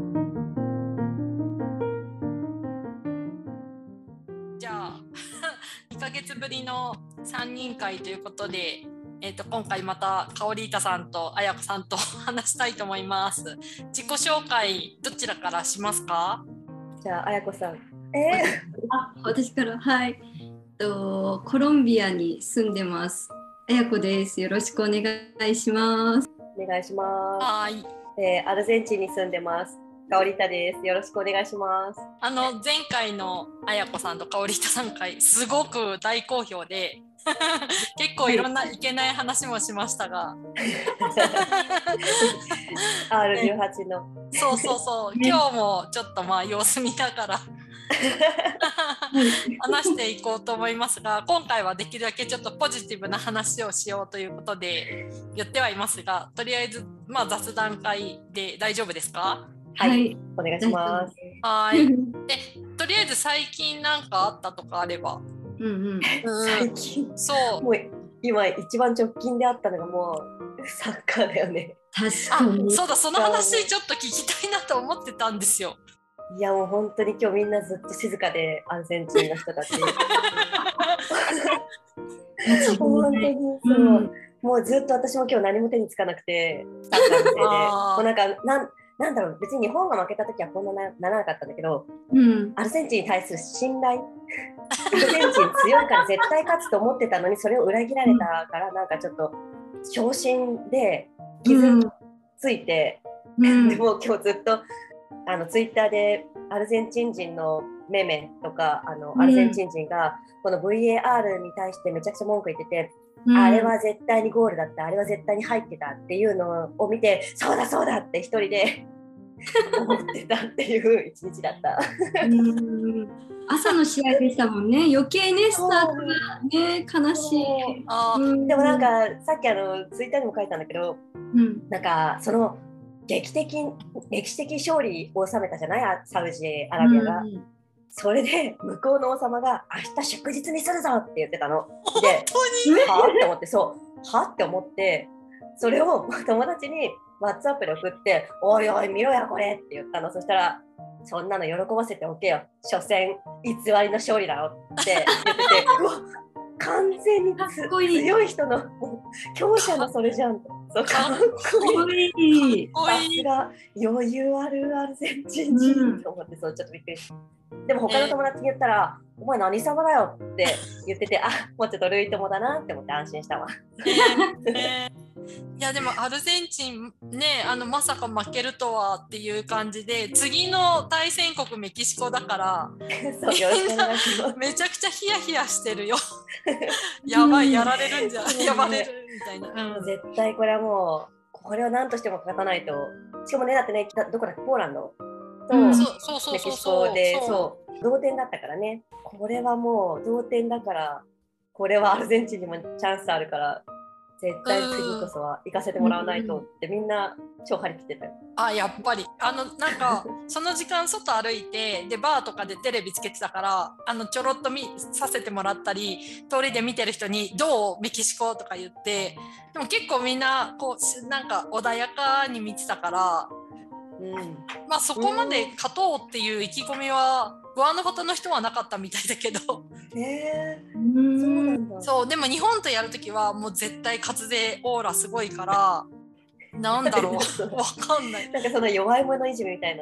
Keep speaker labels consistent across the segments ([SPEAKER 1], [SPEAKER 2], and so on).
[SPEAKER 1] ヶ月ぶりの3人会ということで、えー、と今回またカオリータさんとあやこさんと話したいと思います。自己紹介どちらからしますか？
[SPEAKER 2] じゃあ、あやこさん。え
[SPEAKER 3] あ私からはいえっとコロンビアに住んでますあやこですよろしくお願いします
[SPEAKER 2] お願いしま
[SPEAKER 1] はい。
[SPEAKER 2] す。えーアルゼンチンに住んでます。かおりたです。よろしくお願いします。
[SPEAKER 1] あの前回のあやこさんとカオリータさん会すごく大好評で 結構いろんないけない話もしましたが
[SPEAKER 2] R18 の。
[SPEAKER 1] そうそうそう今日もちょっとまあ様子見ながら話していこうと思いますが今回はできるだけちょっとポジティブな話をしようということで言ってはいますがとりあえずまあ雑談会で大丈夫ですか
[SPEAKER 2] はい、お願いします。
[SPEAKER 1] は
[SPEAKER 3] は
[SPEAKER 1] ー
[SPEAKER 3] い
[SPEAKER 1] いとりあえず最近なんかあったとかあれば、
[SPEAKER 3] うん うん
[SPEAKER 2] 最近、
[SPEAKER 1] そう
[SPEAKER 2] もう今一番直近であったのがもうサッカーだよね。
[SPEAKER 3] 確か
[SPEAKER 1] あ
[SPEAKER 3] に
[SPEAKER 1] そうだその話ちょっと聞きたいなと思ってたんですよ。
[SPEAKER 2] いやもう本当に今日みんなずっと静かでアルゼンチンの人たち。本当にそう。
[SPEAKER 3] うん
[SPEAKER 2] もうずっと私も今日何も手につかなくて、サッカーのせいで
[SPEAKER 1] あー
[SPEAKER 2] もうなんかなんなんだろう別に日本が負けた時はこんななならなかったんだけど、
[SPEAKER 3] うん
[SPEAKER 2] アルゼンチンに対する信頼アルゼンチン強いから絶対勝つと思ってたのにそれを裏切られたからなんかちょっと昇進で傷ついて、
[SPEAKER 3] う ん
[SPEAKER 2] でもう今日ずっとあのツイッターでアルゼンチン人のメメとかあの
[SPEAKER 3] うん
[SPEAKER 2] アルゼンチン人がこの VAR に対してめちゃくちゃ文句言ってて、
[SPEAKER 3] うん
[SPEAKER 2] あれは絶対にゴールだったあれは絶対に入ってたっていうのを見てそうだそうだって一人で 思ってたっていう一日だった。
[SPEAKER 3] うん朝の試合でしたもんね余計ねスタートがね悲しい
[SPEAKER 1] あー
[SPEAKER 3] うん
[SPEAKER 2] でもなんかさっきあのツイッターにも書いたんだけど
[SPEAKER 3] うん
[SPEAKER 2] なんかその劇的歴史的勝利を収めたじゃないあサウジアラビア が、
[SPEAKER 3] うん
[SPEAKER 2] それで向こうの王様が明日祝日にするぞって言ってたのではあって思ってそうはあって思ってそれを 友達にワッツアップで送って「おいおい見ろやこれ」って言ったのそしたら「そんなの喜ばせておけよ所詮偽りの勝利だよ」って言っててうわ完全につ
[SPEAKER 3] かっこいい
[SPEAKER 2] 強い人のもう強者のそれじゃんとそうかっこいい
[SPEAKER 3] かっこいい
[SPEAKER 1] かっこ
[SPEAKER 2] さ
[SPEAKER 1] い
[SPEAKER 2] す
[SPEAKER 1] い
[SPEAKER 2] が余裕あるアルゼンチン人と思って、そうちょっとびっくりした。でも他の友達に言ったら、お前何様だよって言ってて、あもうちょっとルイ友だなって思って安心したわ。
[SPEAKER 1] ねいやでもアルゼンチンねあのまさか負けるとはっていう感じで次の対戦国メキシコだから
[SPEAKER 2] そうよろしくお願いしま
[SPEAKER 1] めちゃくちゃヒヤヒヤして るよやばいやられるんじゃ
[SPEAKER 2] うん
[SPEAKER 1] やばれるみたいな、う
[SPEAKER 2] す。
[SPEAKER 1] ん
[SPEAKER 2] 絶対これはもう、これは何としても勝たないと。しかもね、だってね、だどこだっけポーランドと、
[SPEAKER 3] うん
[SPEAKER 1] そうそうそう
[SPEAKER 2] メ
[SPEAKER 1] そ
[SPEAKER 2] キ
[SPEAKER 1] う
[SPEAKER 2] シコ
[SPEAKER 1] そう
[SPEAKER 2] でそう
[SPEAKER 1] そ
[SPEAKER 2] 同点だったからね。これはもう同点だから、これはアルゼンチンにもチャンスあるから、絶対次こそは行かせてもらわないとってみんな超張り切ってたよ。
[SPEAKER 1] うあやっぱりあのなんかその時間外歩いてでバーとかでテレビつけてたからあのちょろっと見させてもらったり通りで見てる人に「どうメキシコ?」とか言ってでも結構みんなこうしなんか穏やかに見てたから
[SPEAKER 2] うん
[SPEAKER 1] まあそこまで勝とうっていう意気込みは不安のことの人はなかったみたいだけど
[SPEAKER 2] え
[SPEAKER 3] う
[SPEAKER 2] ー、
[SPEAKER 3] ん
[SPEAKER 2] そうなんだ。
[SPEAKER 1] そうでも日本とやる時はもう絶対勝つぜオーラすごいからなんだ ろうわかんない、
[SPEAKER 2] なんかその弱い者いじめみたい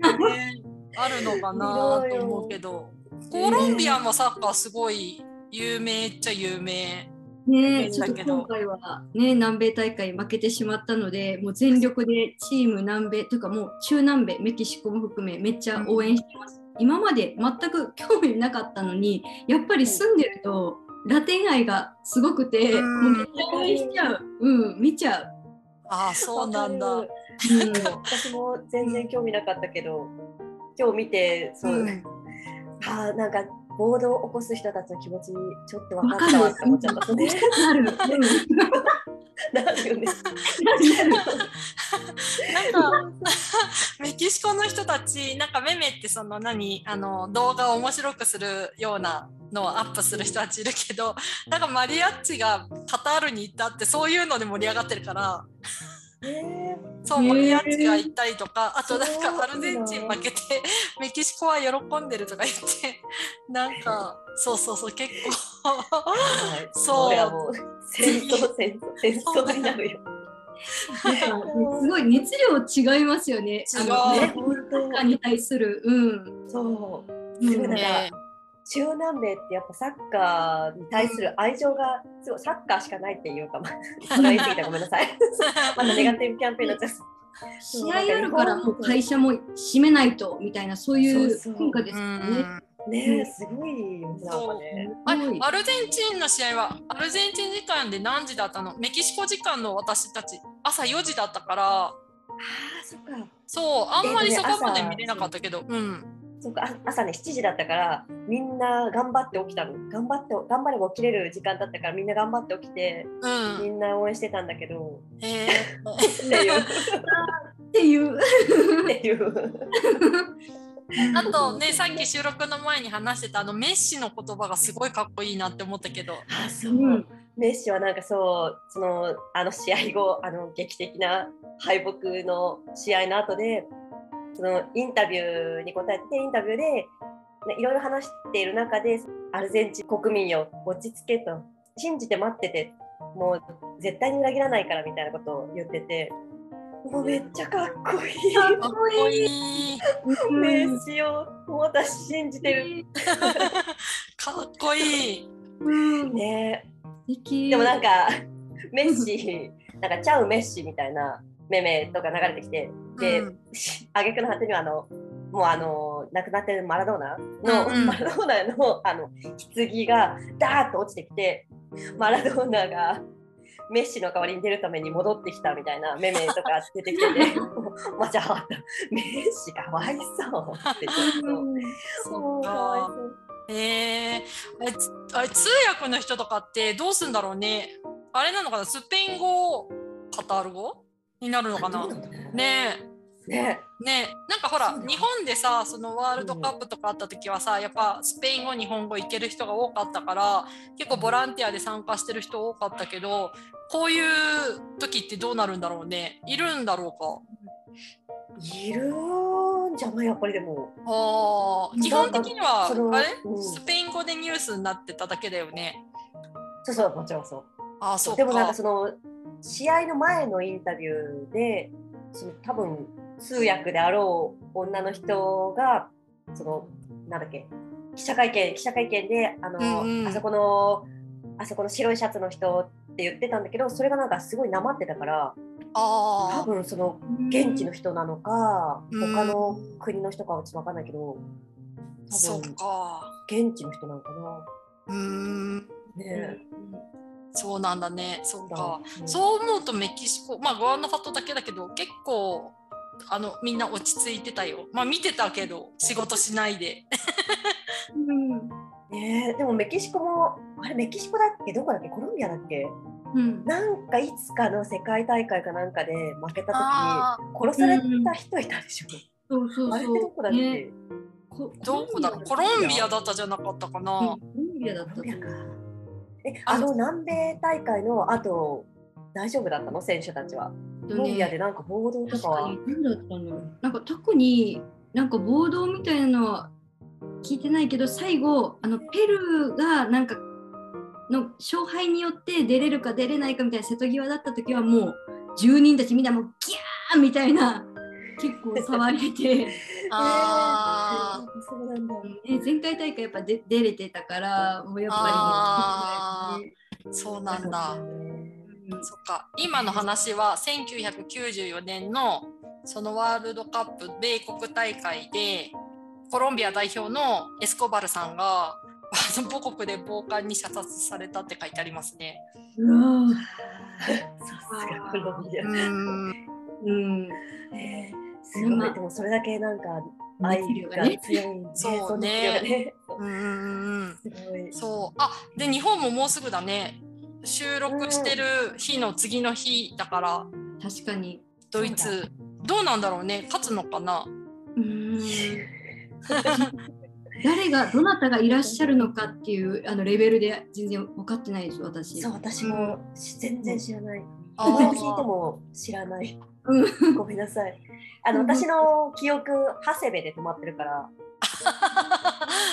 [SPEAKER 2] な。
[SPEAKER 1] ねあるのかなと思うけどコロンビアもサッカーすごい有名っちゃ有名。
[SPEAKER 3] ね
[SPEAKER 1] うん
[SPEAKER 3] え、ちょっ
[SPEAKER 1] だけ
[SPEAKER 3] と
[SPEAKER 1] ど
[SPEAKER 3] 今回は、ね、南米大会負けてしまったので、もう全力でチーム南米というか、もう中南米、メキシコも含め、めっちゃ応援してます。今まで全く興味なかったのに、やっぱり住んでると、ラテン愛がすごくて、
[SPEAKER 1] うん
[SPEAKER 3] もうめっちゃ応援しちゃう。うん、見ちゃう。
[SPEAKER 1] ああそうなんだ。
[SPEAKER 2] わか
[SPEAKER 3] うん
[SPEAKER 2] る。私も全然興味なかったけど、今日見て、そう、
[SPEAKER 1] うん
[SPEAKER 2] あーなんか暴動を起こす人たちの気持ちちょっと分かったわって思っちゃった。ね、
[SPEAKER 3] なる。うん
[SPEAKER 2] なるよね。
[SPEAKER 1] なんかメキシコの人たちなんかメメってその何あの動画を面白くするようなのをアップする人たちいるけどなんかマリアッチがカタールに行ったってそういうので盛り上がってるから
[SPEAKER 2] え
[SPEAKER 1] そう、
[SPEAKER 3] へー
[SPEAKER 1] マリアッチが行ったりとか、あとなん
[SPEAKER 2] そうなん
[SPEAKER 1] か
[SPEAKER 2] だ
[SPEAKER 1] アルゼンチン負けて、 メキシコは喜んでるとか言って、 なんか、そうそうそう、結構、
[SPEAKER 2] ー、
[SPEAKER 1] そう
[SPEAKER 2] これはもう戦争戦争戦争になるよ。
[SPEAKER 3] なんかすごい熱量違いますよね。
[SPEAKER 1] 違う
[SPEAKER 3] あの
[SPEAKER 2] ね
[SPEAKER 3] ね、
[SPEAKER 2] 本
[SPEAKER 3] サッカーに対する、うん。
[SPEAKER 2] 当そう
[SPEAKER 3] う
[SPEAKER 2] すごい
[SPEAKER 3] ん
[SPEAKER 2] だから中南米ってやっぱサッカーに対する愛情がすごいサッカーしかないっていうかまあ言い過ぎたらごめんなさい。まだネガティブキャンペーンになっちゃう。
[SPEAKER 3] 試合あるからもう会社も閉めないとみたいなそういう
[SPEAKER 2] そうそう
[SPEAKER 3] 文化です
[SPEAKER 1] う
[SPEAKER 3] よね。
[SPEAKER 1] ん。
[SPEAKER 2] ねえすごいよねなんかね。
[SPEAKER 1] あ
[SPEAKER 3] すごい
[SPEAKER 1] アルゼンチンの試合はアルゼンチン時間で何時だったのメキシコ時間の私たち朝4時だったから
[SPEAKER 2] ああそっか
[SPEAKER 1] そうあんまりそこまで
[SPEAKER 2] えっとね朝
[SPEAKER 1] 見れなかったけど、うん
[SPEAKER 2] そっかあ朝ね7時だったからみんな頑張って起きたの頑張って頑張れば起きれる時間だったからみんな頑張って起きて
[SPEAKER 1] う
[SPEAKER 2] み
[SPEAKER 1] ん
[SPEAKER 2] んな応援してたんだけど
[SPEAKER 1] へ
[SPEAKER 2] っていうっ
[SPEAKER 3] っていう。
[SPEAKER 2] ていう。
[SPEAKER 1] ー あとねさっき収録の前に話してたあのメッシの言葉がすごいかっこいいなって思ったけど
[SPEAKER 2] あそう
[SPEAKER 3] うん
[SPEAKER 2] メッシはなんかそうそのあの試合後あの劇的な敗北の試合の後でそのインタビューに答えてインタビューで、ね、いろいろ話している中でアルゼンチン国民よ落ち着けと信じて待っててもう絶対に裏切らないからみたいなことを言っててもうめっちゃかっこいい
[SPEAKER 1] かっこいい
[SPEAKER 2] メッシをもう私信じてる
[SPEAKER 1] かっこいい
[SPEAKER 3] うん。
[SPEAKER 2] ね
[SPEAKER 3] 素敵。
[SPEAKER 2] でもなんか、メッシ、なんか、チャウメッシみたいなメメとか流れてきて、で、
[SPEAKER 1] うん
[SPEAKER 2] 挙句の果てには、あの、もうあの、亡くなってるマラドーナの、
[SPEAKER 1] うんうん
[SPEAKER 2] マラドーナの、あの、棺が、ダーッと落ちてきて、マラドーナが、メッシの代わりに出るために戻ってきたみたいなメメとか出てきて て、まあじゃあ、メッシかわいそうってちょっ
[SPEAKER 3] うん
[SPEAKER 2] と、もうかわいそう。
[SPEAKER 1] えー、あれつあれ通訳の人とかってどうすんだろうねあれなのかなスペイン語カタール語になるのかな
[SPEAKER 2] どうなの
[SPEAKER 1] ね
[SPEAKER 2] ね
[SPEAKER 1] えねえなんかほら
[SPEAKER 2] そうなの
[SPEAKER 1] 日本でさそのワールドカップとかあった時はさやっぱスペイン語日本語いける人が多かったから結構ボランティアで参加してる人多かったけどこういう時ってどうなるんだろうねいるんだろうか
[SPEAKER 2] いるんじゃないやっぱりでも。
[SPEAKER 1] あー基本的には
[SPEAKER 2] なんかその
[SPEAKER 1] あれ、
[SPEAKER 2] うん
[SPEAKER 1] スペイン語でニュースになってただけだよね
[SPEAKER 2] そうそう、もちろんそう。
[SPEAKER 1] あーそうか
[SPEAKER 2] でもなんかその試合の前のインタビューでその多分通訳であろう女の人がそのなんだっけ記者会見記者会見であの、
[SPEAKER 1] うんうん
[SPEAKER 2] あそこのあそこの白いシャツの人って言ってたんだけどそれがなんかすごいなまってたから
[SPEAKER 1] あー
[SPEAKER 2] 多分その現地の人なのか、
[SPEAKER 1] うん
[SPEAKER 2] 他の国の人かはちょっと分かんないけど
[SPEAKER 1] そ
[SPEAKER 2] 多
[SPEAKER 1] う
[SPEAKER 2] 分
[SPEAKER 1] か。
[SPEAKER 2] 現地の人なのかな。
[SPEAKER 1] うーん、
[SPEAKER 2] ね
[SPEAKER 1] そうなんだね。そう
[SPEAKER 2] え
[SPEAKER 1] か。
[SPEAKER 2] うん
[SPEAKER 1] そう思うとメキシコ、まあグアナファトだけだけど、結構あのみんな落ち着いてたよ。まあ見てたけど、仕事しないで。
[SPEAKER 3] うん
[SPEAKER 2] ねえでもメキシコもあれメキシコだっけどこだっけコロンビアだっけ
[SPEAKER 3] うん。
[SPEAKER 2] なんかいつかの世界大会かなんかで負けた時に殺された人いたでしょ、
[SPEAKER 3] そうそう
[SPEAKER 2] あれってどこ
[SPEAKER 3] そ
[SPEAKER 2] だ
[SPEAKER 3] う。
[SPEAKER 2] っけ、
[SPEAKER 3] ね。こ
[SPEAKER 1] どこだろう。コロンビアだったじゃなかったか
[SPEAKER 3] うん
[SPEAKER 1] な
[SPEAKER 3] コ。ロンビアだっ
[SPEAKER 2] コロ
[SPEAKER 3] た
[SPEAKER 2] ン
[SPEAKER 3] と
[SPEAKER 2] ビ
[SPEAKER 3] 思
[SPEAKER 2] アか
[SPEAKER 3] う。
[SPEAKER 2] えあの南米大会のあと大丈夫だったの選手たちはコロンビアでなんか暴動と
[SPEAKER 3] 確
[SPEAKER 2] か
[SPEAKER 3] か
[SPEAKER 2] は
[SPEAKER 3] に何だったのなんか特になんか暴動みたいなのは聞いてないけど最後あのペルーがなんかの勝敗によって出れるか出れないかみたいな瀬戸際だった時はもう住人たちみんなもうギャーみたいな結構騒いでて、
[SPEAKER 1] あー
[SPEAKER 2] えーそうなんだ
[SPEAKER 3] ね、前回大会やっぱで出れてたからもうやっぱ
[SPEAKER 1] あ
[SPEAKER 3] りね、
[SPEAKER 1] そうなんだ。
[SPEAKER 3] うん
[SPEAKER 1] そっか今の話は1994年のそのワールドカップ米国大会でコロンビア代表のエスコバルさんがあの母国で暴漢に射殺されたって書いてありますね。
[SPEAKER 3] うわ
[SPEAKER 2] さすがコロンビア
[SPEAKER 1] う、ーん
[SPEAKER 3] ーうん
[SPEAKER 2] えーすごいでもそれだけなんか愛が強いね
[SPEAKER 1] そうね
[SPEAKER 2] そ
[SPEAKER 1] うんうんうん
[SPEAKER 2] の強いねすごい
[SPEAKER 1] そうあで日本ももうすぐだね収録してる日の次の日だから
[SPEAKER 3] 確かに
[SPEAKER 1] ドイツどうなんだろうね勝つのかな
[SPEAKER 3] うーん誰がどなたがいらっしゃるのかっていうあのレベルで全然分かってないです私。
[SPEAKER 2] そう私も全然知らない、
[SPEAKER 1] あ
[SPEAKER 2] こうや
[SPEAKER 1] ー
[SPEAKER 2] って聞いても知らない。
[SPEAKER 3] うん
[SPEAKER 2] ごめんなさい。あの
[SPEAKER 3] うん
[SPEAKER 2] 私の記憶、長谷部で止まってるから。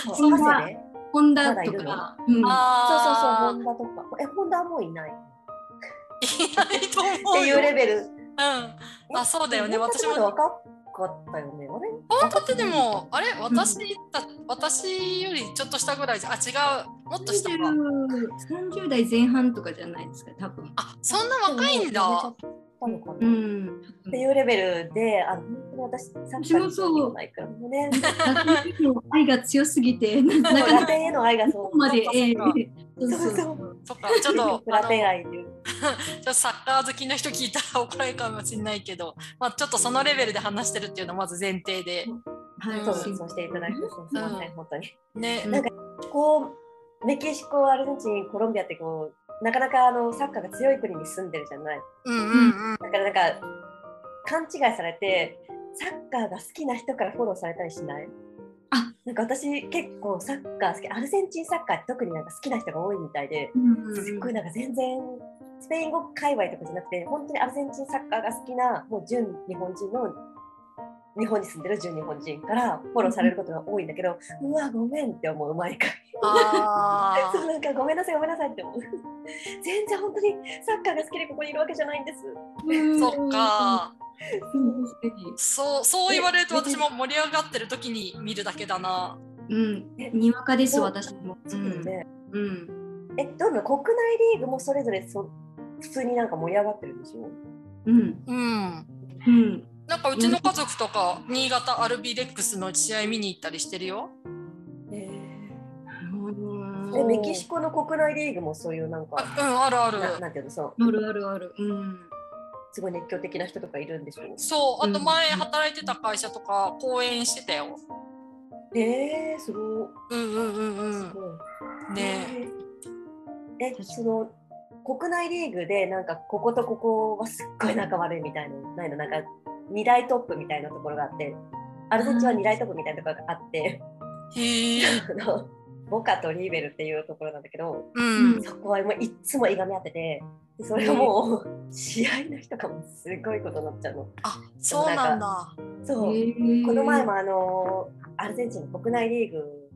[SPEAKER 2] 長
[SPEAKER 3] そん
[SPEAKER 2] 谷
[SPEAKER 3] な
[SPEAKER 2] 部
[SPEAKER 3] ホンダと
[SPEAKER 2] まだいる
[SPEAKER 3] か、うん、
[SPEAKER 2] そうそうそう、
[SPEAKER 1] あ
[SPEAKER 2] ホンダとか。え、ホンダはもういない。
[SPEAKER 1] ーい ないと
[SPEAKER 2] っ
[SPEAKER 1] 思
[SPEAKER 2] て
[SPEAKER 1] う
[SPEAKER 2] い
[SPEAKER 1] よ。
[SPEAKER 2] うレベル。
[SPEAKER 1] うん、あそうだよね
[SPEAKER 2] ホンダって
[SPEAKER 1] 私
[SPEAKER 2] まだ
[SPEAKER 1] も
[SPEAKER 2] 若かったよね。あれ
[SPEAKER 1] 本当ってでもあれ私た私よりちょっと下ぐらいじゃあ違うもっと下か
[SPEAKER 3] 30代前半とかじゃないですか多分
[SPEAKER 1] あそんな若いん
[SPEAKER 2] も
[SPEAKER 1] だ
[SPEAKER 2] うやめちゃったのかな。
[SPEAKER 3] う
[SPEAKER 2] っ
[SPEAKER 3] ん
[SPEAKER 2] ていうレベルで、あの本当に私、サッカーに興味がないからもうね。
[SPEAKER 3] ラテンへの愛が強すぎてななかな
[SPEAKER 2] ラ
[SPEAKER 3] か
[SPEAKER 2] テンへの愛が
[SPEAKER 3] こ
[SPEAKER 2] そ
[SPEAKER 3] こま
[SPEAKER 1] そ
[SPEAKER 3] で
[SPEAKER 1] うか
[SPEAKER 3] ええ
[SPEAKER 1] そうか
[SPEAKER 3] そうそう
[SPEAKER 2] そう
[SPEAKER 3] そう
[SPEAKER 1] そっかちょっ と
[SPEAKER 2] う。
[SPEAKER 1] あ
[SPEAKER 2] ラ
[SPEAKER 1] の
[SPEAKER 2] テン愛っていう。
[SPEAKER 1] ちょっとサッカー好きの人聞いたら怒られるかもしれないけど、まあ、ちょっとそのレベルで話してるっていうのはまず前提で
[SPEAKER 3] はい
[SPEAKER 2] そうそうしていただいて、そうすみません、本当に。
[SPEAKER 1] ね、
[SPEAKER 3] うん
[SPEAKER 2] なんかこうメキシコ、アルゼンチン、コロンビアってこうなかなかあのサッカーが強い国に住んでるじゃない。
[SPEAKER 1] うんうんうん
[SPEAKER 2] だからなんか勘違いされてサッカーが好きな人からフォローされたりしない
[SPEAKER 3] あ
[SPEAKER 2] なんか私結構サッカー好きアルゼンチンサッカーって特になんか好きな人が多いみたいで
[SPEAKER 3] うん
[SPEAKER 2] すっごいなんか全然スペイン語界隈とかじゃなくて本当にアルゼンチンサッカーが好きなもう純日本人の日本に住んでる純日本人からフォローされることが多いんだけどうわごめんって思う毎回。
[SPEAKER 1] あ
[SPEAKER 2] そうなんかごめんなさいごめんなさいって思う全然本当にサッカーが好きでここにいるわけじゃないんです
[SPEAKER 1] ーそっか
[SPEAKER 3] うん確かに
[SPEAKER 1] そうそう言われると私も盛り上がってる時に見るだけだな
[SPEAKER 3] うんにわかです
[SPEAKER 2] そう
[SPEAKER 3] 私もう
[SPEAKER 2] そうだよ
[SPEAKER 3] ん
[SPEAKER 2] ね
[SPEAKER 3] うん
[SPEAKER 2] えどんな国内リーグもそれぞれそ普通になんか盛り上がってるんでしょ
[SPEAKER 3] うん
[SPEAKER 1] うん
[SPEAKER 3] うん
[SPEAKER 1] なんかうちの家族とか新潟アルビレックスの試合見に行ったりしてるよ
[SPEAKER 3] あ
[SPEAKER 2] で
[SPEAKER 3] ー
[SPEAKER 2] メキシコの国内リーグもそういうなん
[SPEAKER 1] あ
[SPEAKER 2] か
[SPEAKER 1] うんあるある
[SPEAKER 2] ななんていうのそう
[SPEAKER 3] あるあるあるうん
[SPEAKER 2] すごい熱狂的な人とかいるんでしょ
[SPEAKER 1] そうあと前
[SPEAKER 3] うん
[SPEAKER 1] 働いてた会社とか講演してたよ
[SPEAKER 2] えー、すごい
[SPEAKER 1] うんうんうん
[SPEAKER 2] す
[SPEAKER 1] う
[SPEAKER 2] ごい、
[SPEAKER 1] んね
[SPEAKER 2] ええその国内リーグでなんかこことここはすっごい仲悪いみたいなのないのなんか2大トップみたいなところがあってアルゼンチンは2大トップみたいなところがあって
[SPEAKER 1] へえ
[SPEAKER 2] あのボカとリーベルっていうところなんだけど
[SPEAKER 1] うん
[SPEAKER 2] そこはもういっつもいがみ合っててでそれがもう 試合の日とかもすごいことになっちゃうの
[SPEAKER 1] あそうなんだ
[SPEAKER 2] そう、こ
[SPEAKER 3] こ
[SPEAKER 2] の前もあのアルゼンチンの国内リーグ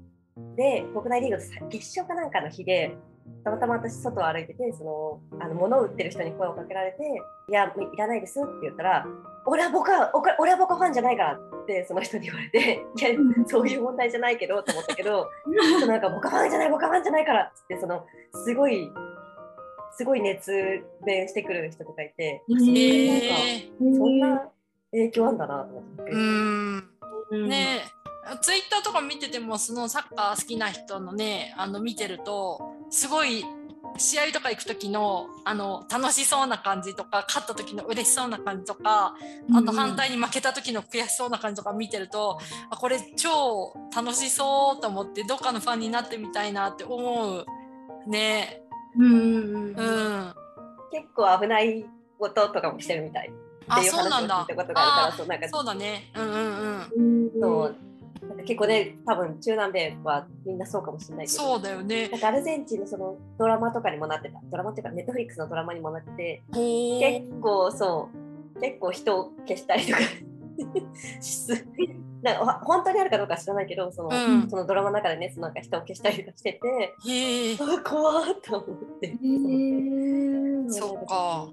[SPEAKER 2] で国内リーグのさ決勝かなんかの日でたまたま私外を歩いててそのあの物を売ってる人に声をかけられて「いやもういらないです」って言ったら「俺は僕は僕は俺は僕はファンじゃないから」ってその人に言われて 「いやそういう問題じゃないけど」と思ったけど。ちょっとなんか、ボカファンじゃない、ボカファンじゃないからっつって、その、すごい、すごい熱弁してくる人とかいて、
[SPEAKER 1] へえ
[SPEAKER 2] そんな影響あんだなと思って。
[SPEAKER 1] うん
[SPEAKER 3] うん
[SPEAKER 1] ねえツイッターとか見ててもそのサッカー好きな人のねあの見てるとすごい試合とか行く時のあの楽しそうな感じとか勝った時の嬉しそうな感じとかあと反対に負けた時の悔しそうな感じとか見てるとあこれ超楽しそうと思ってどっかのファンになってみたいなって思うね
[SPEAKER 3] うんうんう
[SPEAKER 1] う
[SPEAKER 3] ん
[SPEAKER 1] んあ
[SPEAKER 2] 結構危ないこととかもしてるみたいっていう
[SPEAKER 1] そうな
[SPEAKER 2] 話
[SPEAKER 1] ん
[SPEAKER 2] を聞
[SPEAKER 1] だ
[SPEAKER 2] いたことがあるから、
[SPEAKER 1] あ
[SPEAKER 2] そう、なんか、
[SPEAKER 1] そうだねうんうんうん
[SPEAKER 3] うん
[SPEAKER 2] そうなんか結構ね、多分中南米はみんなそうかもしれないけど。
[SPEAKER 1] そうだよね
[SPEAKER 2] なんかアルゼンチンのそのドラマとかにもなってたドラマっていうかネットフリックスのドラマにもなってて
[SPEAKER 1] ほー
[SPEAKER 2] 結構そう結構人を消したりとか すなんかほ本当にあるかどうかは知らないけどその,、
[SPEAKER 1] うん
[SPEAKER 2] そのドラマの中でねそのなんか人を消したりとかしてて
[SPEAKER 1] へえ
[SPEAKER 2] あ怖ーっと思って
[SPEAKER 3] へ。ー
[SPEAKER 1] そっか。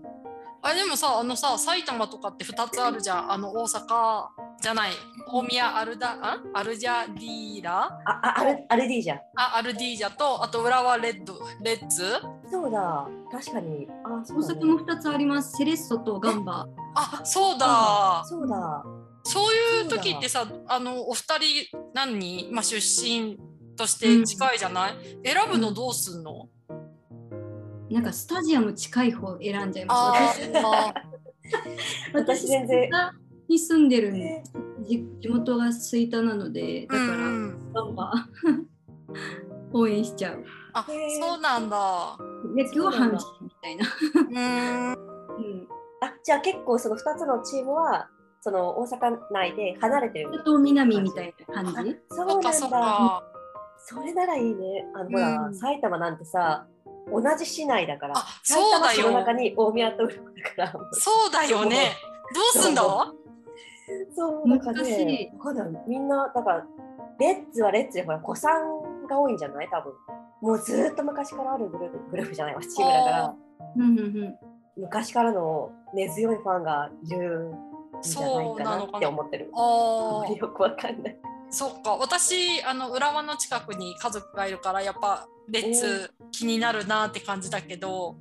[SPEAKER 1] あでもさあのさ埼玉とかって2つあるじゃんあの大阪じゃない大宮アルダあアルジャディーラ
[SPEAKER 2] あああれあれでいいじゃん。
[SPEAKER 1] あアルディージャとあと浦和レッドレッズ
[SPEAKER 2] そうだ確かにあそ
[SPEAKER 3] 大
[SPEAKER 2] うだ、
[SPEAKER 3] 阪
[SPEAKER 2] ね
[SPEAKER 3] も、二つあります。セレッソとガンバ。
[SPEAKER 1] あそう
[SPEAKER 2] あ
[SPEAKER 1] だ
[SPEAKER 2] そうだ
[SPEAKER 1] そういう
[SPEAKER 2] そうだ
[SPEAKER 1] 時ってさあのお二人何人、まあ、出身として近いじゃない、選ぶのどうすんの、
[SPEAKER 3] なんかスタジアム近い方選んじゃいま
[SPEAKER 1] あ
[SPEAKER 3] す。
[SPEAKER 1] ーあ
[SPEAKER 2] 私全然。
[SPEAKER 3] に住んでるんで、
[SPEAKER 2] ね
[SPEAKER 3] じ地元が吹田なので、だ
[SPEAKER 1] ー、
[SPEAKER 3] から
[SPEAKER 1] うんうん
[SPEAKER 3] ガンバ 応援しちゃう。
[SPEAKER 1] あそうなんだ
[SPEAKER 3] 野球は
[SPEAKER 2] そうな
[SPEAKER 3] 阪
[SPEAKER 2] んだ
[SPEAKER 3] 神みたいな。
[SPEAKER 1] うーん
[SPEAKER 3] うん。
[SPEAKER 2] あじゃあ結構その2つのチームはその大阪内で離れてる
[SPEAKER 3] 瀬戸南みたいな感じ。
[SPEAKER 2] そう
[SPEAKER 1] そっか
[SPEAKER 2] な
[SPEAKER 1] そ
[SPEAKER 2] ん
[SPEAKER 1] っ
[SPEAKER 2] だ
[SPEAKER 1] か
[SPEAKER 2] それならいいねあのほら、
[SPEAKER 1] うん
[SPEAKER 2] 埼玉なんてさ同じ市内だから、
[SPEAKER 1] あそうだよ
[SPEAKER 2] 埼玉市の中に大宮と浦和だから、
[SPEAKER 1] そうだよね。どうすんだ
[SPEAKER 2] そそう、なんか
[SPEAKER 3] 難し
[SPEAKER 2] ね、わかんないみんな、だから、レッツはレッツで、ほら、子さんが多いんじゃない多分。もうずーっと昔からあるグループ、グループじゃないわ、チームだから、
[SPEAKER 3] うんうんうん
[SPEAKER 2] 昔からの根強いファンがいるんじゃないかな
[SPEAKER 1] そうなのか
[SPEAKER 2] っ
[SPEAKER 1] な
[SPEAKER 2] て思ってる。
[SPEAKER 1] ああ。
[SPEAKER 2] よくわかんない。
[SPEAKER 1] そっか私あの浦和の近くに家族がいるからやっぱレッツ気になるなって感じだけど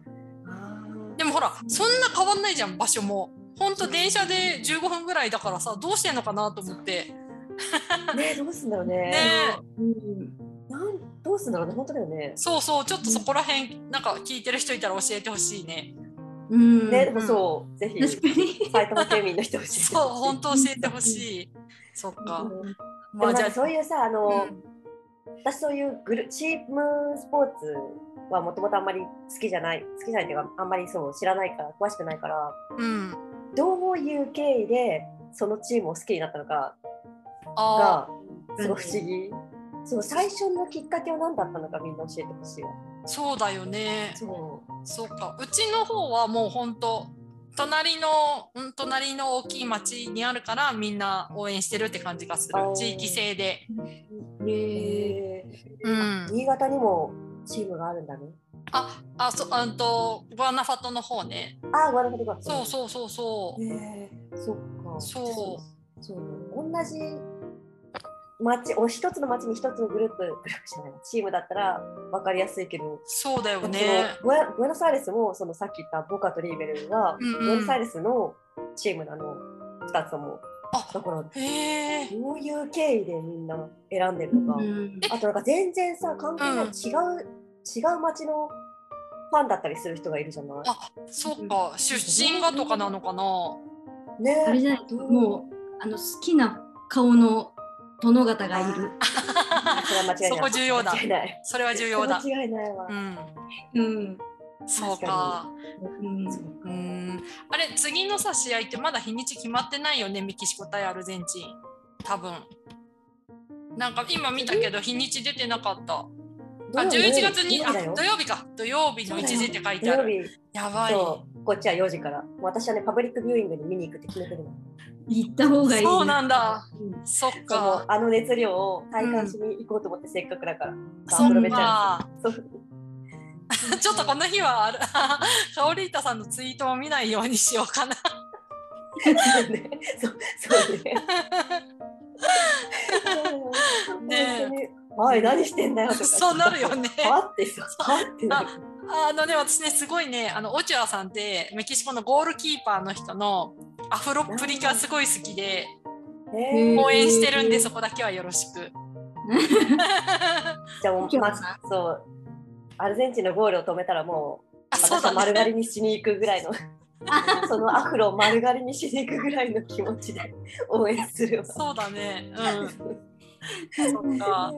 [SPEAKER 1] でもほらそんな変わんないじゃん場所もほんと電車で15分ぐらいだからさどうしてんのかなと思って
[SPEAKER 2] ねどうすんだろうね。
[SPEAKER 1] ねえ
[SPEAKER 3] うん
[SPEAKER 2] なんどうすんだろうね、本当だよね。
[SPEAKER 1] そうそうちょっとそこら辺なんか聞いてる人いたら教えてほしいね
[SPEAKER 3] うん、
[SPEAKER 2] ね、そう、ぜひ、
[SPEAKER 3] 確かに。
[SPEAKER 2] 埼玉県民の人教えてほしい。
[SPEAKER 1] そう本当教えてほしいそっか
[SPEAKER 2] うんで
[SPEAKER 1] ま
[SPEAKER 2] も
[SPEAKER 1] あじ
[SPEAKER 2] な
[SPEAKER 1] ゃ
[SPEAKER 2] んかそういうさ、あ
[SPEAKER 1] あ、
[SPEAKER 2] の、
[SPEAKER 1] うん
[SPEAKER 2] 私そういうグルチームスポーツはもともとあんまり好きじゃない好きじゃないっていうかあんまりそう知らないから詳しくないから
[SPEAKER 1] うん、
[SPEAKER 2] どういう経緯でそのチームを好きになったのか
[SPEAKER 1] あ
[SPEAKER 2] がすごい不思議、そう最初のきっかけは何だったのかみんな教えてほしいわ
[SPEAKER 1] あそうだよね
[SPEAKER 2] そう
[SPEAKER 1] そうかうちの方はもう本当隣のうん隣の大きい町にあるからみんな応援してるって感じがする
[SPEAKER 2] あー
[SPEAKER 1] 地域性で、
[SPEAKER 3] え
[SPEAKER 1] うん、
[SPEAKER 2] 新潟にもチームがあるんだね
[SPEAKER 1] ああそあんとグアナファトの方ね
[SPEAKER 2] ああなるほど
[SPEAKER 1] そうそうそうそう、
[SPEAKER 2] へえそっか
[SPEAKER 1] そう
[SPEAKER 2] そう同じ町お一つの町に一つのグループグループじゃないチームだったら分かりやすいけど
[SPEAKER 1] そうだよ
[SPEAKER 2] その
[SPEAKER 1] ね
[SPEAKER 2] ブエブエノスアイレスもそのさっき言ったボカとリーベルは、
[SPEAKER 1] うんうん
[SPEAKER 2] ブエノスアイレスのチームなの2つとも
[SPEAKER 1] あ
[SPEAKER 2] だからど
[SPEAKER 1] へえ
[SPEAKER 2] ういう経緯でみんな選んでるのか、あとなんか全然さ関係ない違う、
[SPEAKER 1] うん
[SPEAKER 2] 違う町のファンだったりする人がいるじゃな
[SPEAKER 1] あそうか出身がとかなのかない
[SPEAKER 2] ね
[SPEAKER 3] あれじゃない
[SPEAKER 2] どう
[SPEAKER 3] もうあの好きな顔の殿方がいる。
[SPEAKER 2] あそれは間違いない
[SPEAKER 1] そこ重要だ
[SPEAKER 2] 間違いない
[SPEAKER 1] それは重要だ
[SPEAKER 2] それは間違いないわ、
[SPEAKER 1] うん
[SPEAKER 3] うん。
[SPEAKER 1] そう
[SPEAKER 2] 確
[SPEAKER 1] か
[SPEAKER 2] か
[SPEAKER 3] うん
[SPEAKER 1] うんあれ次のさ試合ってまだ日にち決まってないよねメキシコ対アルゼンチン多分なんか今見たけど日にち出てなかったあ
[SPEAKER 2] 土曜
[SPEAKER 1] 11
[SPEAKER 2] 日
[SPEAKER 1] 月に
[SPEAKER 2] 土曜
[SPEAKER 1] あ
[SPEAKER 2] 日だよ
[SPEAKER 1] 土曜日か土曜日の1時って書いてあ
[SPEAKER 2] 土
[SPEAKER 1] る
[SPEAKER 2] 曜日
[SPEAKER 1] やばい
[SPEAKER 2] そうこっちは4時からもう私はねパブリックビューイングに見に行くって決めてるの
[SPEAKER 3] 行った方がいい。
[SPEAKER 1] そうなんだ
[SPEAKER 3] うん
[SPEAKER 1] そっ
[SPEAKER 2] そうもう
[SPEAKER 1] か
[SPEAKER 2] あの熱量を体感しに行こうと思って、せっかくだから。
[SPEAKER 1] そ
[SPEAKER 2] プロ
[SPEAKER 1] っ
[SPEAKER 2] めちゃ
[SPEAKER 1] か
[SPEAKER 2] うそう
[SPEAKER 1] ちょっとこの日はある カオリータさんのツイートを見ないようにしようかな
[SPEAKER 2] そうそうね。
[SPEAKER 1] ねえ
[SPEAKER 2] 本当におい何してんだよとか。
[SPEAKER 1] そうなるよね
[SPEAKER 2] はってそうはってなる。
[SPEAKER 1] あのね私ねすごいねあのオチュアさんってメキシコのゴールキーパーの人のアフロプリがすごい好きで
[SPEAKER 2] ねえ
[SPEAKER 1] 応援してるんでそこだけはよろし く。
[SPEAKER 2] じゃあもう
[SPEAKER 3] 今日
[SPEAKER 2] ま
[SPEAKER 3] は
[SPEAKER 2] ず
[SPEAKER 3] さ
[SPEAKER 2] そうアルゼンチンのゴールを止めたらもう
[SPEAKER 1] あそう
[SPEAKER 2] 私は
[SPEAKER 1] だ
[SPEAKER 2] 丸
[SPEAKER 1] ね。
[SPEAKER 2] 刈りにしに行くぐら いのそのアフロを丸刈りにしに行くぐらいの気持ちで応援するわ。
[SPEAKER 1] そうだね。 うん。そっか。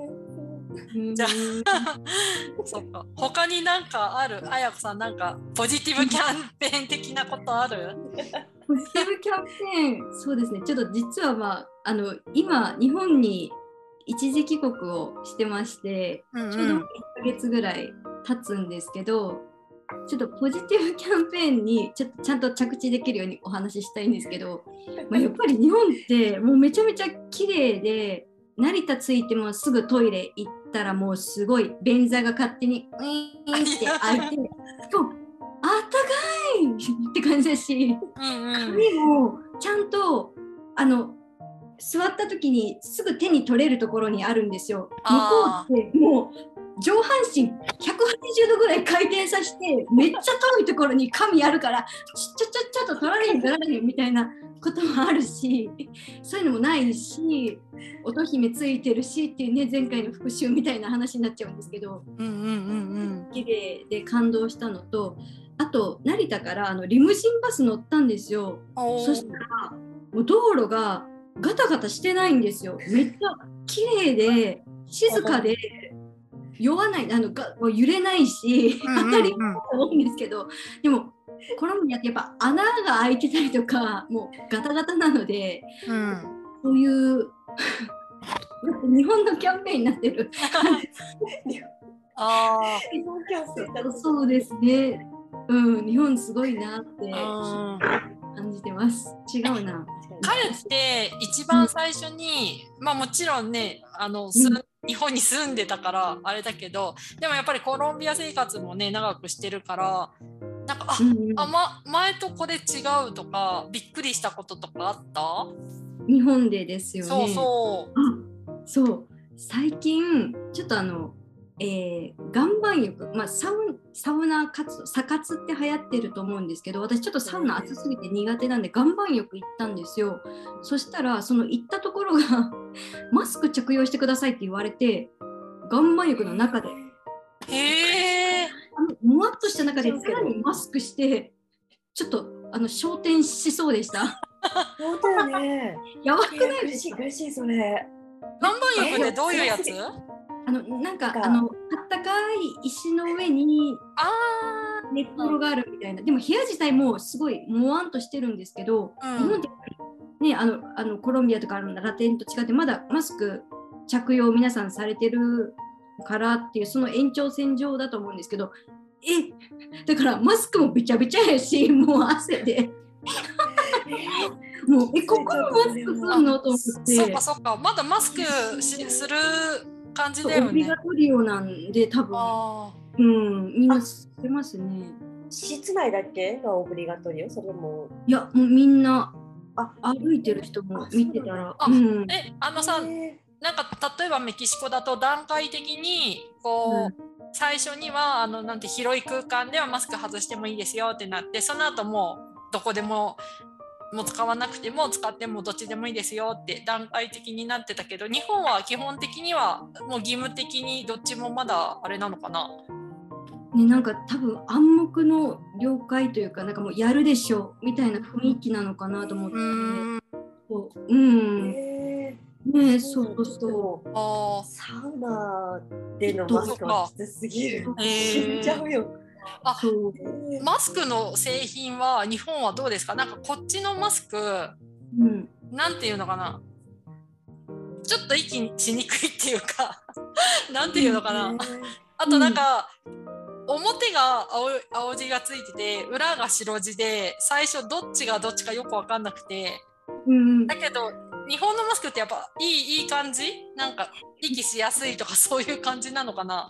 [SPEAKER 3] うん
[SPEAKER 1] じゃそっか。他になんかある？あやこさんなんかポジティブキャンペーン的なことある？
[SPEAKER 3] ポジティブキャンペーン、そうですね。ちょっと実はまああの今日本に一時帰国をしてまして。
[SPEAKER 1] うん
[SPEAKER 3] ちょうど1ヶ月ぐらい経つんですけど、ちょっとポジティブキャンペーンにちょっとちゃんと着地できるようにお話ししたいんです けど、まあ、やっぱり日本ってもうめちゃめちゃ綺麗で成田着いてもすぐトイレ行ったらもうすごい便座が勝手にウィーンって開い てそうあったかいって感じだし
[SPEAKER 1] うんうん。
[SPEAKER 3] 髪もちゃんとあの座った時にすぐ手に取れるところにあるんですよ。
[SPEAKER 1] あ
[SPEAKER 3] 向こうってもう上半身180度ぐらい回転させてめっちゃ遠いところに髪あるからちょちょちょちょっと取られへん取られへんみたいなこともあるしそういうのもないし乙姫ついてるしっていうね前回の復習みたいな話になっちゃうんですけど。
[SPEAKER 1] うんうんうん
[SPEAKER 3] 綺麗で感動したのとあと成田からあのリムジンバス乗ったんですよ
[SPEAKER 1] うん。お
[SPEAKER 3] そしたらもう道路がガタガタしてないんですよめっちゃ綺麗で静かで酔わないあのがもう揺れないし当たり前だと思うんですけどでもコロンビアってやっぱ穴が開いてたりとかもうガタガタなので
[SPEAKER 1] うん。
[SPEAKER 3] そういう日本のキャンペーンになってる
[SPEAKER 1] ああ。
[SPEAKER 2] 日本キャンセルだった
[SPEAKER 3] そうですね。うん、日本すごいなって感
[SPEAKER 1] うん
[SPEAKER 3] じてます。違うな。
[SPEAKER 1] 彼って一番最初に、まあもちろんねあの、す
[SPEAKER 3] うん
[SPEAKER 1] 日本に住んでたからあれだけどでもやっぱりコロンビア生活もね長くしてるからなんかあ,、
[SPEAKER 3] うんうん
[SPEAKER 1] あま、前とこれ違うとかびっくりしたこととかあった、
[SPEAKER 3] 日本でですよね。
[SPEAKER 1] そうそう
[SPEAKER 3] そう最近ちょっとあの、えー岩盤浴、まあ、サウサウナ活動サ活って流行ってると思うんですけど私ちょっとサウナ暑すぎて苦手なんで岩盤浴行ったんですよそしたらその行ったところが マスク着用してくださいって言われて岩盤浴の中で
[SPEAKER 1] へえ
[SPEAKER 3] あのもわっとした中でさらにマスクしてちょっとあの焦点しそうでした
[SPEAKER 2] 本当よね。
[SPEAKER 3] やばくない
[SPEAKER 2] 苦しい苦しいそれ。
[SPEAKER 1] 何番浴でどういうやつ
[SPEAKER 2] え
[SPEAKER 3] あのなんか
[SPEAKER 2] なんか
[SPEAKER 3] あのあったかい石の上に
[SPEAKER 1] あ
[SPEAKER 3] 寝っ転がるみたいな、でも部屋自体もすごいもわんとしてるんですけど、
[SPEAKER 1] うん
[SPEAKER 3] 日本ってやっぱりねあのあのコロンビアとかあのラテンと違ってまだマスク着用皆さんされてるからっていうその延長線上だと思うんですけどえだからマスクもびちゃびちゃやしもう汗でもうえここにマスクするのと思って
[SPEAKER 1] そっかそっかまだマスクしする感じだ
[SPEAKER 3] そう
[SPEAKER 1] よ
[SPEAKER 3] オビ
[SPEAKER 1] ね
[SPEAKER 3] ガトリオなんで多分、
[SPEAKER 1] あ
[SPEAKER 3] うん、みんな知ってますね
[SPEAKER 2] 室内だけがオブリガトリオそれも。
[SPEAKER 3] いやもうみんな
[SPEAKER 2] あ
[SPEAKER 3] 歩いてる人も見てたら
[SPEAKER 1] あ
[SPEAKER 3] うん
[SPEAKER 1] ーえあのさ
[SPEAKER 2] え
[SPEAKER 1] なんか例えばメキシコだと段階的にこう、最初にはあのなんて広い空間ではマスク外してもいいですよってなってその後もうどこでももう使わなくても使ってもどっちでもいいですよって段階的になってたけど日本は基本的にはもう義務的にどっちもまだあれなのかな。
[SPEAKER 3] ね、なんか多分暗黙の了解というかなんかもうやるでしょうみたいな雰囲気なのかなと思って、
[SPEAKER 1] うん
[SPEAKER 3] そううん
[SPEAKER 2] え。
[SPEAKER 3] ねそうそうそう
[SPEAKER 1] あー
[SPEAKER 2] サウナでのマスクはきつすぎる。
[SPEAKER 1] え
[SPEAKER 2] 死んじゃうよ。
[SPEAKER 1] あ
[SPEAKER 3] そう、
[SPEAKER 2] えー
[SPEAKER 1] マスクの製品は日本はどうですかなんかこっちのマスク
[SPEAKER 3] うん、
[SPEAKER 1] なんていうのかなちょっと息しにくいっていうか なんていうのかな、あとなんか、表が青い青字がついてて裏が白字で最初どっちがどっちかよく分かんなくて
[SPEAKER 3] うん、
[SPEAKER 1] だけど日本のマスクってやっぱいいいい感じなんか息しやすいとか そういう感じなのかな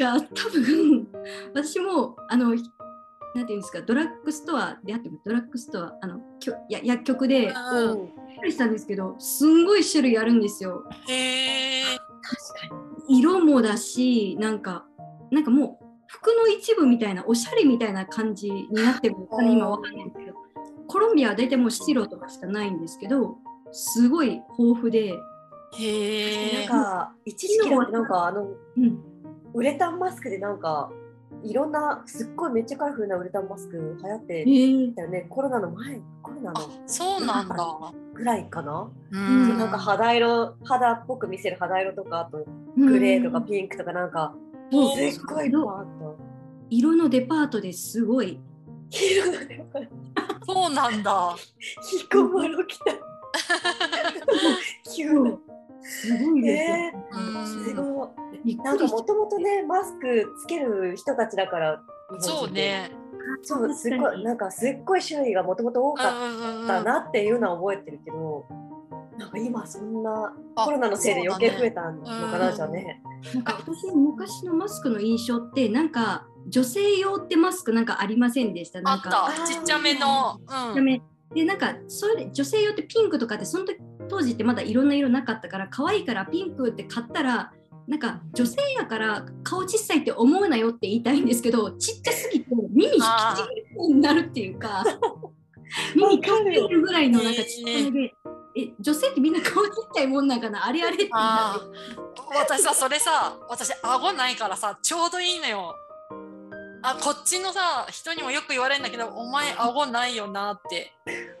[SPEAKER 3] なんか多分私もあのなんていうんですかドラッグストアであってもドラッグストアあのきょや薬局でびっ
[SPEAKER 2] う
[SPEAKER 1] うん
[SPEAKER 2] ん。
[SPEAKER 3] くりしたんですけどすんごい種類あるんですよ
[SPEAKER 1] へー
[SPEAKER 2] 確かに。
[SPEAKER 3] 色もだしなんかなんかもう服の一部みたいなおしゃれみたいな感じになってるのかな
[SPEAKER 2] うん
[SPEAKER 3] 今わかんないんですけどコロンビアは大体もう白とかしかないんですけどすごい豊富で、
[SPEAKER 1] へ
[SPEAKER 2] なん
[SPEAKER 1] ー
[SPEAKER 2] か一時期だってなんかあの
[SPEAKER 3] うん、
[SPEAKER 2] ウレタンマスクでなんかいろんなすっごいめっちゃカラフルなウレタンマスク流行って
[SPEAKER 3] え
[SPEAKER 2] たよね。コロナの前、コロナ
[SPEAKER 1] あ
[SPEAKER 2] の
[SPEAKER 1] そうなんだ
[SPEAKER 2] ぐらいかな。
[SPEAKER 1] う
[SPEAKER 3] うん
[SPEAKER 2] なんか肌色肌っぽく見せる肌色とかあと
[SPEAKER 3] グ
[SPEAKER 2] グレーとかピンクとかなんかすっごいパーッと。
[SPEAKER 3] 色のデパートですごい
[SPEAKER 2] 黄色だね。
[SPEAKER 1] そうなんだ
[SPEAKER 2] ひこまろきた。急に。
[SPEAKER 3] すごいですよ、
[SPEAKER 2] え
[SPEAKER 1] うん
[SPEAKER 2] すごい。
[SPEAKER 3] びっ
[SPEAKER 2] なん
[SPEAKER 3] く
[SPEAKER 2] か
[SPEAKER 3] りし
[SPEAKER 2] も
[SPEAKER 3] た
[SPEAKER 2] ともとねマスクつける人たちだから。日本人
[SPEAKER 1] そう。ね
[SPEAKER 2] そうすっ
[SPEAKER 3] 確
[SPEAKER 2] ご
[SPEAKER 3] か
[SPEAKER 2] い
[SPEAKER 3] に
[SPEAKER 2] なんかすっごい種類がもともと多
[SPEAKER 1] う
[SPEAKER 2] かっ
[SPEAKER 1] んうんうんう
[SPEAKER 2] だ
[SPEAKER 1] ん
[SPEAKER 2] なっていうのは覚えてるけど、なんか今そんな
[SPEAKER 1] あ
[SPEAKER 2] コロナのせいで余計
[SPEAKER 1] そうだね
[SPEAKER 2] 増えたのか
[SPEAKER 1] う
[SPEAKER 2] なんじゃあね。
[SPEAKER 3] なんか私昔のマスクの印象ってなんか女性用ってマスクなんかありませんでした
[SPEAKER 1] あ
[SPEAKER 3] なんか
[SPEAKER 1] ったちっちゃめのうん
[SPEAKER 3] ダメでなんかそれ女性用ってピンクとかってその時当時ってまだいろんな色なかったから可愛いからピンクって買ったらなんか女性やから顔小さいって思うなよって言いたいんですけどちっちゃすぎて耳引きちぎりになるっていうか 耳かけるぐらいのなんかちっちゃめで。え女性ってみんな顔ちっちゃいもんなんかなあれあれって言った
[SPEAKER 1] ああ私さそれさ私顎ないからさちょうどいいのよあこっちのさ人にもよく言われるんだけど「お前顎ないよな」って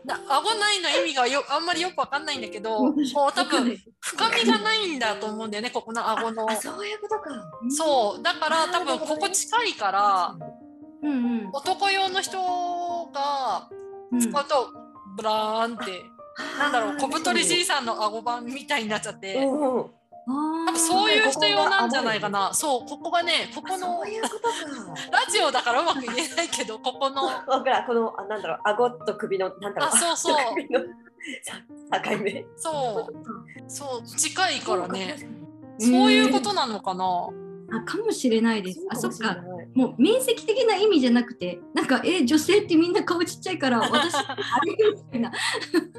[SPEAKER 1] な顎ないの意味がよあんまりよくわかんないんだけどこう多分深みがないんだと思うんだよねここの顎の
[SPEAKER 2] あそういうことか。
[SPEAKER 1] そうだから多
[SPEAKER 2] あーなる
[SPEAKER 1] 分
[SPEAKER 2] ほど
[SPEAKER 1] こ
[SPEAKER 2] ね
[SPEAKER 1] こ近いから
[SPEAKER 3] うんうん
[SPEAKER 1] 男用の人が
[SPEAKER 3] うん
[SPEAKER 1] 使うとブラーンってなんだろう小太りじい
[SPEAKER 2] ス
[SPEAKER 1] さんの顎版みたいになっちゃって
[SPEAKER 2] うんうん。
[SPEAKER 3] あ
[SPEAKER 1] 多
[SPEAKER 3] ー
[SPEAKER 1] 分そういう人用なんじゃないか
[SPEAKER 2] こ
[SPEAKER 1] な。そう、ここがね、ここ
[SPEAKER 2] そ
[SPEAKER 1] の
[SPEAKER 2] ういうこと
[SPEAKER 1] ラジオだからうまく言えないけど、ここの。
[SPEAKER 2] か。僕らこのあなんだろう顎と首のなんだろう
[SPEAKER 1] あ、そうそう、
[SPEAKER 2] 首のさ境目。
[SPEAKER 1] そう、そう、近いからね。
[SPEAKER 3] そうか
[SPEAKER 1] そういうことなのかな。
[SPEAKER 3] あかもしれないです。あ、
[SPEAKER 2] そ
[SPEAKER 3] そうっ
[SPEAKER 2] もしれない
[SPEAKER 3] か。。もう面積的な意味じゃなくて、なんか、え、女性ってみんな顔ちっちゃいから、私、あれみたいな、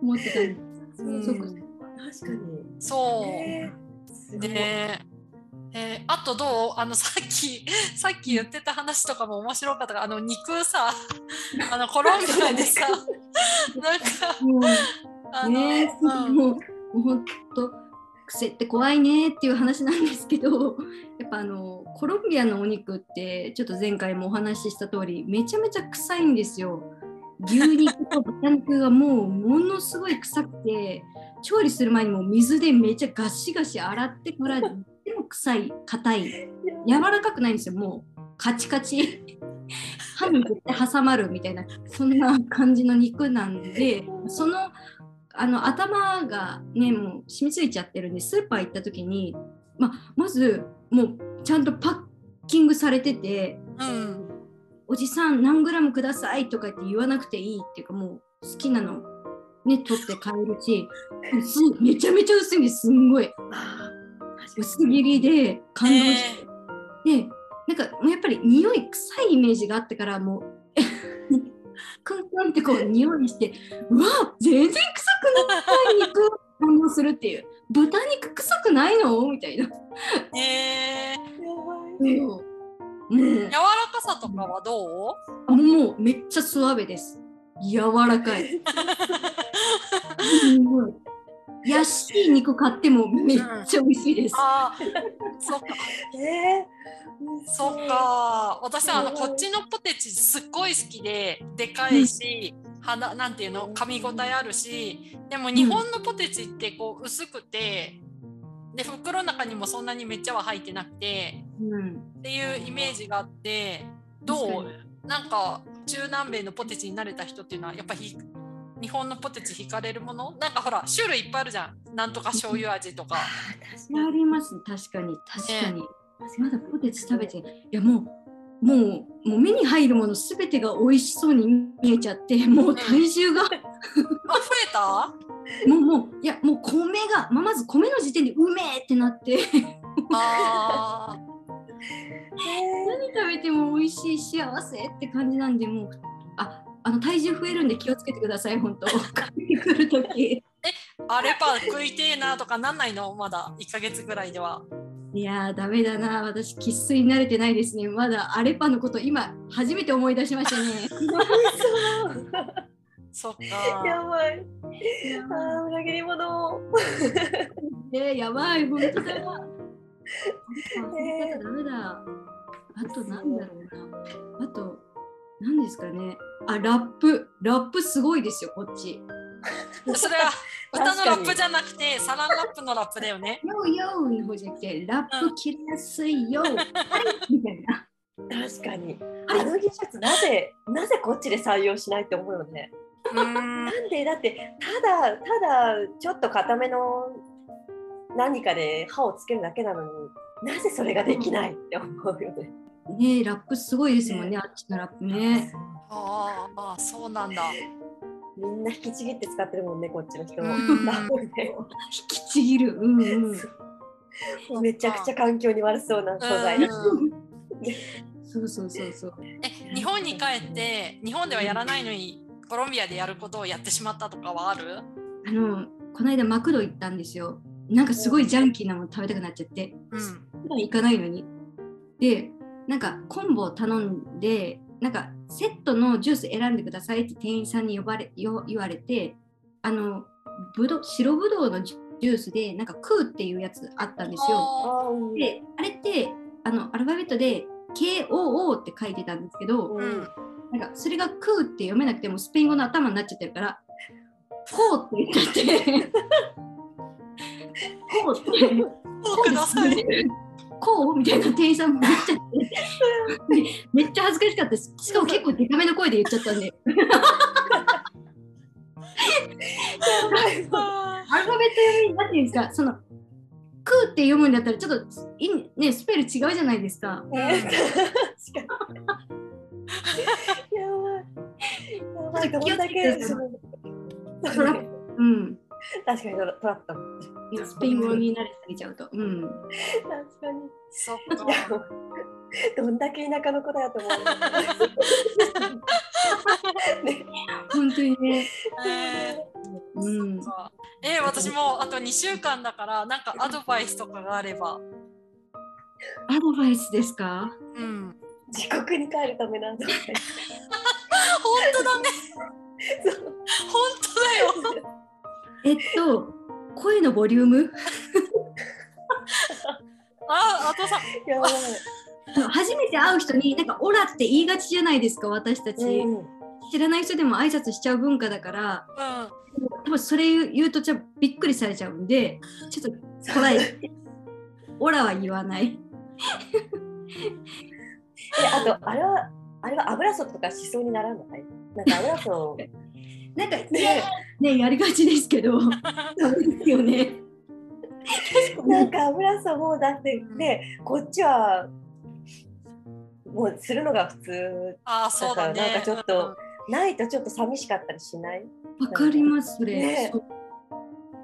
[SPEAKER 3] 思ってたんで
[SPEAKER 1] うん
[SPEAKER 3] そうか
[SPEAKER 2] 確かに。
[SPEAKER 1] そう。
[SPEAKER 2] えーすごい
[SPEAKER 1] ねえーあとどうあのさっきさっき言ってた話とかも面白かったからあの肉さあのコロンビアでさなんか
[SPEAKER 3] す。もう
[SPEAKER 1] あの、
[SPEAKER 3] ね、
[SPEAKER 1] うん、
[SPEAKER 3] もう、もう本当、癖って怖いねっていう話なんですけど、やっぱあの、コロンビアのお肉って、ちょっと前回もお話しした通り、めちゃめちゃ臭いんですよ。牛肉と豚肉がもうものすごい臭くて、調理する前にもう水でめちゃガシガシ洗ってから、でも臭い、硬い、柔らかくないんですよ、もうカチカチ。歯に絶対挟まるみたいなそんな感じの肉なんでそのあの頭がねもう染みついちゃってるんでスーパー行った時に、まあ、まずもうちゃんとパッキングされてて
[SPEAKER 1] うん、
[SPEAKER 3] 「おじさん何グラムください」とかって言わなくていいっていうかもう好きなの、ね、取って買えるし薄いめちゃめちゃ薄いんですすんごい
[SPEAKER 2] あ
[SPEAKER 3] 薄切りで感動して、でなんかもうやっぱり匂い臭いイメージがあってからもう クンクンってこう匂いしてうわ全然臭くない肉を 反応するっていう豚肉臭くないのみたいな。
[SPEAKER 1] えー
[SPEAKER 2] ーやばい
[SPEAKER 3] もうも
[SPEAKER 1] 柔らかさとかはどう
[SPEAKER 3] うもうめっちゃスワベです。柔ら かい。すごい。安い肉買ってもめっちゃ美味しいです。
[SPEAKER 1] あーそっか
[SPEAKER 2] えー
[SPEAKER 1] そっ。か私はあのこっちのポテチすっごい好きででかいし、花なんていうの噛み応えあるしでも日本のポテチってこう薄くてで袋の中にもそんなにめっちゃは入ってなくて
[SPEAKER 3] うん、
[SPEAKER 1] っていうイメージがあってど
[SPEAKER 3] 確か
[SPEAKER 1] うなんか中南米のポテチに慣れた人っていうのはやっぱひ日本のポテチ惹かれるものなんかほら種類いっぱいあるじゃんなんとか醤油味とか
[SPEAKER 2] あ。ー確か
[SPEAKER 3] あ
[SPEAKER 2] に
[SPEAKER 3] ります確かに確かに。まだポテチ食べていやもうもうもう目に入るものすべてが美味しそうに見えちゃってもう体重が
[SPEAKER 1] あ増えた
[SPEAKER 3] もうもういやもう米が、まあまず米の時点でうめえってなって
[SPEAKER 1] あー
[SPEAKER 2] え
[SPEAKER 3] 何食べても美味しい幸せって感じなんでもうああの体重増えるんで気をつけてください本当帰ってくる時
[SPEAKER 1] あれパン食いてえなとかなんないのまだ1ヶ月ぐらいでは。
[SPEAKER 3] いやーダメだな私生粋に慣れてないですねまだアレパのこと今初めて思い出しましたね
[SPEAKER 1] そっか。
[SPEAKER 2] ーやばい。あー裏切り者。
[SPEAKER 3] ねやばい本当だやっぱ忘れたらダメだあとなんだろうなあと何ですかねあラップラップすごいですよこっち
[SPEAKER 1] それは歌のラッ
[SPEAKER 2] 確か
[SPEAKER 1] プ
[SPEAKER 2] に
[SPEAKER 1] じゃなくてサランラップのラップだよね。
[SPEAKER 3] よーよーの方じゃなくて、ラップ切りやすいよ、はい、みたいな。
[SPEAKER 2] 確かに。あの技術なぜなぜこっちで採用しないって思うよね。
[SPEAKER 1] うーん。
[SPEAKER 2] なんでだってただただちょっと固めの何かで歯をつけるだけなのになぜそれができないって思うよね。
[SPEAKER 3] ねえ、ラップすごいですもんね、あっちのラップね。
[SPEAKER 1] あーあー、そうなんだ。
[SPEAKER 2] みんな引きちぎって使ってるもんねこっちの人も。
[SPEAKER 1] うん
[SPEAKER 2] ラップね
[SPEAKER 3] 引きちぎる。うんうん。
[SPEAKER 2] めちゃくちゃ環境に悪そうな素材。
[SPEAKER 1] うん
[SPEAKER 3] そうそうそうそう。
[SPEAKER 1] え、日本に帰って日本ではやらないのにコロンビアでやることをやってしまったとかはある？
[SPEAKER 3] あの、この間マクド行ったんですよ。なんかすごいジャンキーなもの食べたくなっちゃって。
[SPEAKER 1] うん。
[SPEAKER 3] 普段行かないのに。で、なんかコンボを頼んで、なんかセットのジュース選んでくださいって店員さんに呼ばれよ言われて、あの、ぶどう白ぶどうのジュースで、なんかクーっていうやつあったんですよ。
[SPEAKER 1] あ
[SPEAKER 2] あーうん
[SPEAKER 3] で、あれって、あの、アルファベットで KOO って書いてたんですけど、
[SPEAKER 1] ー うん。
[SPEAKER 3] なんかそれがクーって読めなくてもスペイン語の頭になっちゃってるから、こうって言っちゃって、こうって。
[SPEAKER 1] そうください。
[SPEAKER 3] こうみたいな店員さんもめっ ちゃめっちゃ恥ずかしかったです。しかも結構デカめの声で言っちゃったんで、
[SPEAKER 1] あ
[SPEAKER 3] アルファベット読みなんていうんですか、そのーって読むんだったらちょっといねスペル違うじゃないですか。
[SPEAKER 1] うん
[SPEAKER 2] 確かに。やばい。やばい。どんだけ。
[SPEAKER 3] ちょっ
[SPEAKER 2] そう
[SPEAKER 3] トラップうん。
[SPEAKER 2] 確かにトラトラップだ。
[SPEAKER 3] スペイン語に慣れすぎちゃうと。うん。
[SPEAKER 2] 確かに。
[SPEAKER 1] そっ
[SPEAKER 2] いや
[SPEAKER 1] か。
[SPEAKER 2] どんだけ田舎の子だよと思う。ね、
[SPEAKER 3] 本当にね。
[SPEAKER 1] えー
[SPEAKER 3] うん。
[SPEAKER 1] えー私もあと2週間だからなんかアドバイスとかがあれば、
[SPEAKER 3] アドバイスですか
[SPEAKER 1] うん、
[SPEAKER 2] 自国に帰るためなん だ。
[SPEAKER 1] 本当だね
[SPEAKER 2] そう
[SPEAKER 1] 本当だよ
[SPEAKER 3] えっと、声のボリューム
[SPEAKER 1] ああとさ
[SPEAKER 2] やばい。
[SPEAKER 3] 初めて会う人に、なんか、オラって言いがちじゃないですか、私たち。
[SPEAKER 2] うん、
[SPEAKER 3] 知らない人でも挨拶しちゃう文化だから、
[SPEAKER 1] うん
[SPEAKER 3] 多分それ言う言うと、じゃあびっくりされちゃうんで、ちょっとこらえ て、オラは言わない。
[SPEAKER 2] えあとあれはあれは油そとかしそうにならない。なんか油そ。
[SPEAKER 3] なんか、
[SPEAKER 2] ね
[SPEAKER 3] ね、ねやりがちですけど、ダメですよね。
[SPEAKER 2] なんか油そもうだってねこっちはもうするのが普通
[SPEAKER 1] あーそうだね
[SPEAKER 2] だからなんかちょっとないとちょっと寂しかったりしない。
[SPEAKER 3] わかります、それ。
[SPEAKER 2] ね
[SPEAKER 3] そう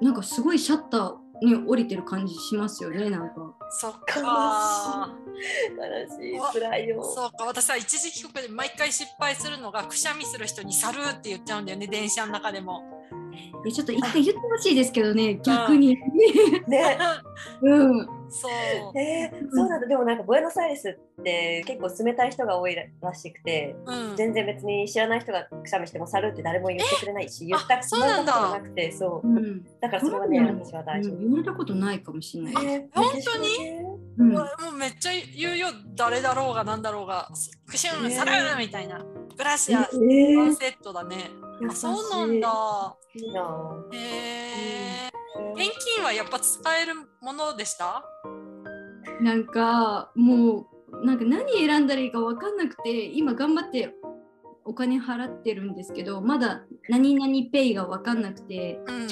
[SPEAKER 3] なんか、すごいシャッターに降りてる感じしますよね、なんか。
[SPEAKER 1] うんそっか
[SPEAKER 2] 悲しい辛いよ。
[SPEAKER 1] そうか私は一時帰国で毎回失敗するのがくしゃみする人に「サルー」って言っちゃうんだよね電車の中でも。
[SPEAKER 3] いやちょっと一回言ってほしいですけ どね、逆に。
[SPEAKER 2] ね。
[SPEAKER 3] うん。
[SPEAKER 1] そう、
[SPEAKER 2] えーそうなんだでもなんかブエノスアイレスって結構冷たい人が多いらしくて
[SPEAKER 1] うん、
[SPEAKER 2] 全然別に知らない人がくしゃみしても「サル」って誰も言ってくれないし言っ
[SPEAKER 1] あ
[SPEAKER 2] た
[SPEAKER 1] そうなんだ
[SPEAKER 2] 言ったことなくてそう
[SPEAKER 3] うん。
[SPEAKER 2] だからそれはね私は大丈
[SPEAKER 3] うん言われたことないかもしれない
[SPEAKER 2] 夫。
[SPEAKER 3] です。
[SPEAKER 2] えー
[SPEAKER 1] 本当に
[SPEAKER 2] メキシコね
[SPEAKER 3] うん
[SPEAKER 1] もうもうめっちゃ言うよ誰だろうがなんだろうが「クシュン
[SPEAKER 2] ね
[SPEAKER 1] サルー」みたいな「グラシア」ワ
[SPEAKER 2] えー
[SPEAKER 1] ンセットだね。あそうなんだ。
[SPEAKER 2] いいな
[SPEAKER 1] へえ。
[SPEAKER 2] ぁ
[SPEAKER 1] 現金はやっぱ使えるものでした？
[SPEAKER 3] なんかもうなんか何選んだらいいか分かんなくて今頑張ってお金払ってるんですけどまだ何々ペイが分かんなくて
[SPEAKER 1] うん。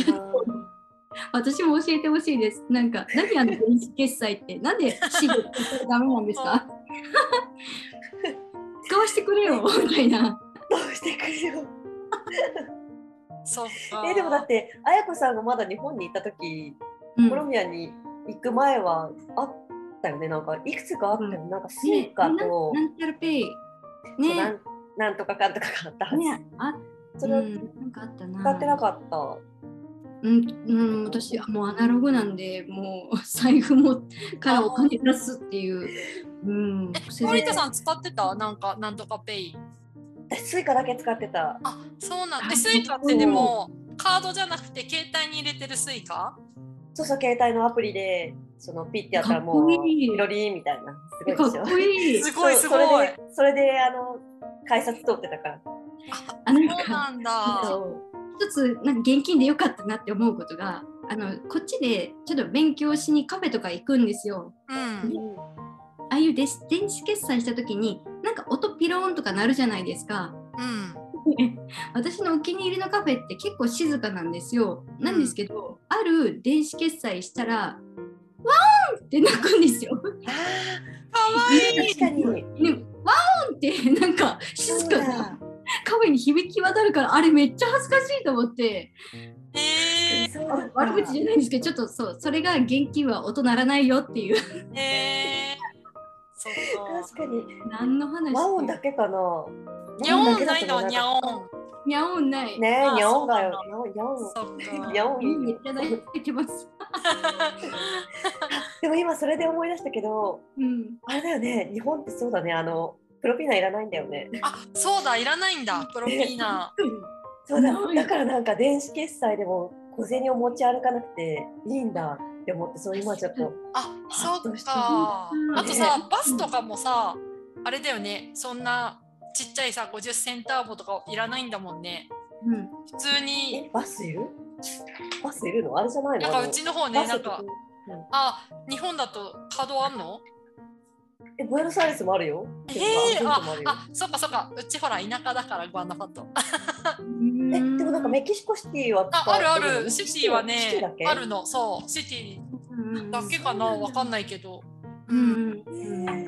[SPEAKER 3] 私も教えてほしいです。なんか何あの電子決済ってなんでシグってダメなんです か使わせてくれよみたいな。
[SPEAKER 2] どうしてくれよ。
[SPEAKER 1] そうか。
[SPEAKER 2] えーでもだって綾子さんがまだ日本にいた時
[SPEAKER 3] うん
[SPEAKER 2] コロンビアに行く前はあったよねなんかいくつかあったよねなんかスイカと
[SPEAKER 3] ね、ななんちゃらペイ。ね
[SPEAKER 2] なんなんとかかんとかがあったはず。
[SPEAKER 3] ねあ
[SPEAKER 2] それは
[SPEAKER 3] うん、なんかあったな。
[SPEAKER 2] 使ってなかった。
[SPEAKER 3] うん、うん、私はもうアナログなんで、もう 財布もからお金出すっていう。うん、
[SPEAKER 1] 森田さん使ってた？なんかなんとかペイ。
[SPEAKER 2] 私スイカだけ使ってた。
[SPEAKER 1] あ、そうなん
[SPEAKER 3] あ
[SPEAKER 1] だ。スイカってでもカードじゃなくて携帯に入れてるスイカ？
[SPEAKER 2] そうそう、携帯のアプリで、そのピッてやったらも
[SPEAKER 3] か
[SPEAKER 2] う、
[SPEAKER 3] っこいい
[SPEAKER 2] ピロリーみたいな。すごいで
[SPEAKER 3] かっ
[SPEAKER 2] しょ。
[SPEAKER 3] こいい。
[SPEAKER 1] すごい
[SPEAKER 2] そう
[SPEAKER 1] すごい。
[SPEAKER 2] それで、それであの、改札通ってたから。
[SPEAKER 3] あなん
[SPEAKER 1] そう
[SPEAKER 3] か、
[SPEAKER 1] なん
[SPEAKER 3] なんか
[SPEAKER 1] だ。
[SPEAKER 3] 一つなんか現金でよかったなって思うことが、あのこっちでちょっと勉強しにカフェとか行くんですよ。
[SPEAKER 1] うん。
[SPEAKER 3] ああいう電子電子決済した時に、なんか音ピローンとか鳴るじゃないですか。
[SPEAKER 1] うん。
[SPEAKER 3] 私のお気に入りのカフェって結構静かなんですよ。なんですけど、ある電子決済したら、ワーンって鳴くんですよ。
[SPEAKER 2] あ
[SPEAKER 1] かわ
[SPEAKER 2] あ、
[SPEAKER 1] いい。
[SPEAKER 2] 確かに。
[SPEAKER 3] ね、ワーンってなんか静
[SPEAKER 2] そ
[SPEAKER 3] か
[SPEAKER 2] う
[SPEAKER 3] な
[SPEAKER 2] だ
[SPEAKER 3] カフェに響き渡るから、あれめっちゃ恥ずかしいと思って、
[SPEAKER 1] え
[SPEAKER 2] そうだ
[SPEAKER 3] あ悪口じゃないんですけど、ちょっとそう、それが現金は音鳴らないよっていう。
[SPEAKER 1] ー、えー。そっか
[SPEAKER 2] 確。かに。
[SPEAKER 3] 何の話
[SPEAKER 2] 和音だけかな。
[SPEAKER 1] ニャオンないの
[SPEAKER 2] 和音
[SPEAKER 1] ニ
[SPEAKER 2] だけだ
[SPEAKER 1] ャオ
[SPEAKER 2] と思わなかっ
[SPEAKER 1] ン。
[SPEAKER 3] にゃおんない。
[SPEAKER 2] た。ねえ、
[SPEAKER 1] あ
[SPEAKER 2] にゃおんが
[SPEAKER 1] そ
[SPEAKER 2] よ。にゃおん、に
[SPEAKER 1] そっか。
[SPEAKER 2] ゃおん。にゃおん
[SPEAKER 3] いい
[SPEAKER 2] いい
[SPEAKER 3] ねい
[SPEAKER 2] よ。
[SPEAKER 3] ただいてます。
[SPEAKER 2] でも今それで思い出したけど、
[SPEAKER 3] うん。
[SPEAKER 2] あれだよね、日本ってそうだね、あの、プロピーナいらないんだよね。
[SPEAKER 1] あ、そうだ。いらないんだ。プロピーナ。
[SPEAKER 2] そうだ
[SPEAKER 3] ない
[SPEAKER 2] だからなんか電子決済でも小銭を持ち歩かなくていいんだって思ってそう今ちょっと
[SPEAKER 1] あ、
[SPEAKER 2] ハ
[SPEAKER 1] そ
[SPEAKER 2] ッと
[SPEAKER 1] う
[SPEAKER 2] した
[SPEAKER 1] か
[SPEAKER 3] う。ん
[SPEAKER 1] あとさ、バスとかもさ、あれだよね。そんなちっちゃいさ、50センターボとかいらないんだもんね。
[SPEAKER 3] うん。
[SPEAKER 1] 普通に
[SPEAKER 2] え、バスいるバスいるのあれじゃないの
[SPEAKER 1] なんかうちの方
[SPEAKER 2] あ
[SPEAKER 1] ね、
[SPEAKER 2] の
[SPEAKER 1] な
[SPEAKER 2] バ
[SPEAKER 1] ん
[SPEAKER 2] スと
[SPEAKER 1] か、あ、日本だとカードあんの
[SPEAKER 2] えブエノスアイレスもあるよ
[SPEAKER 1] え
[SPEAKER 2] 結
[SPEAKER 1] ー、
[SPEAKER 2] 構アメリカも
[SPEAKER 1] あ、あ、そっかそっか。うちほら、田舎だから、グアナファト。
[SPEAKER 2] えでもなんかメキシコシティは
[SPEAKER 1] あ、あるある。
[SPEAKER 2] シ
[SPEAKER 1] シ
[SPEAKER 2] テ
[SPEAKER 1] テ
[SPEAKER 2] ィ
[SPEAKER 1] ィは
[SPEAKER 2] シティだ
[SPEAKER 1] ね
[SPEAKER 2] け、
[SPEAKER 1] あるの。そう、シティ
[SPEAKER 3] うんうん
[SPEAKER 1] だけかなわかんないけど。
[SPEAKER 3] うんうん
[SPEAKER 2] ね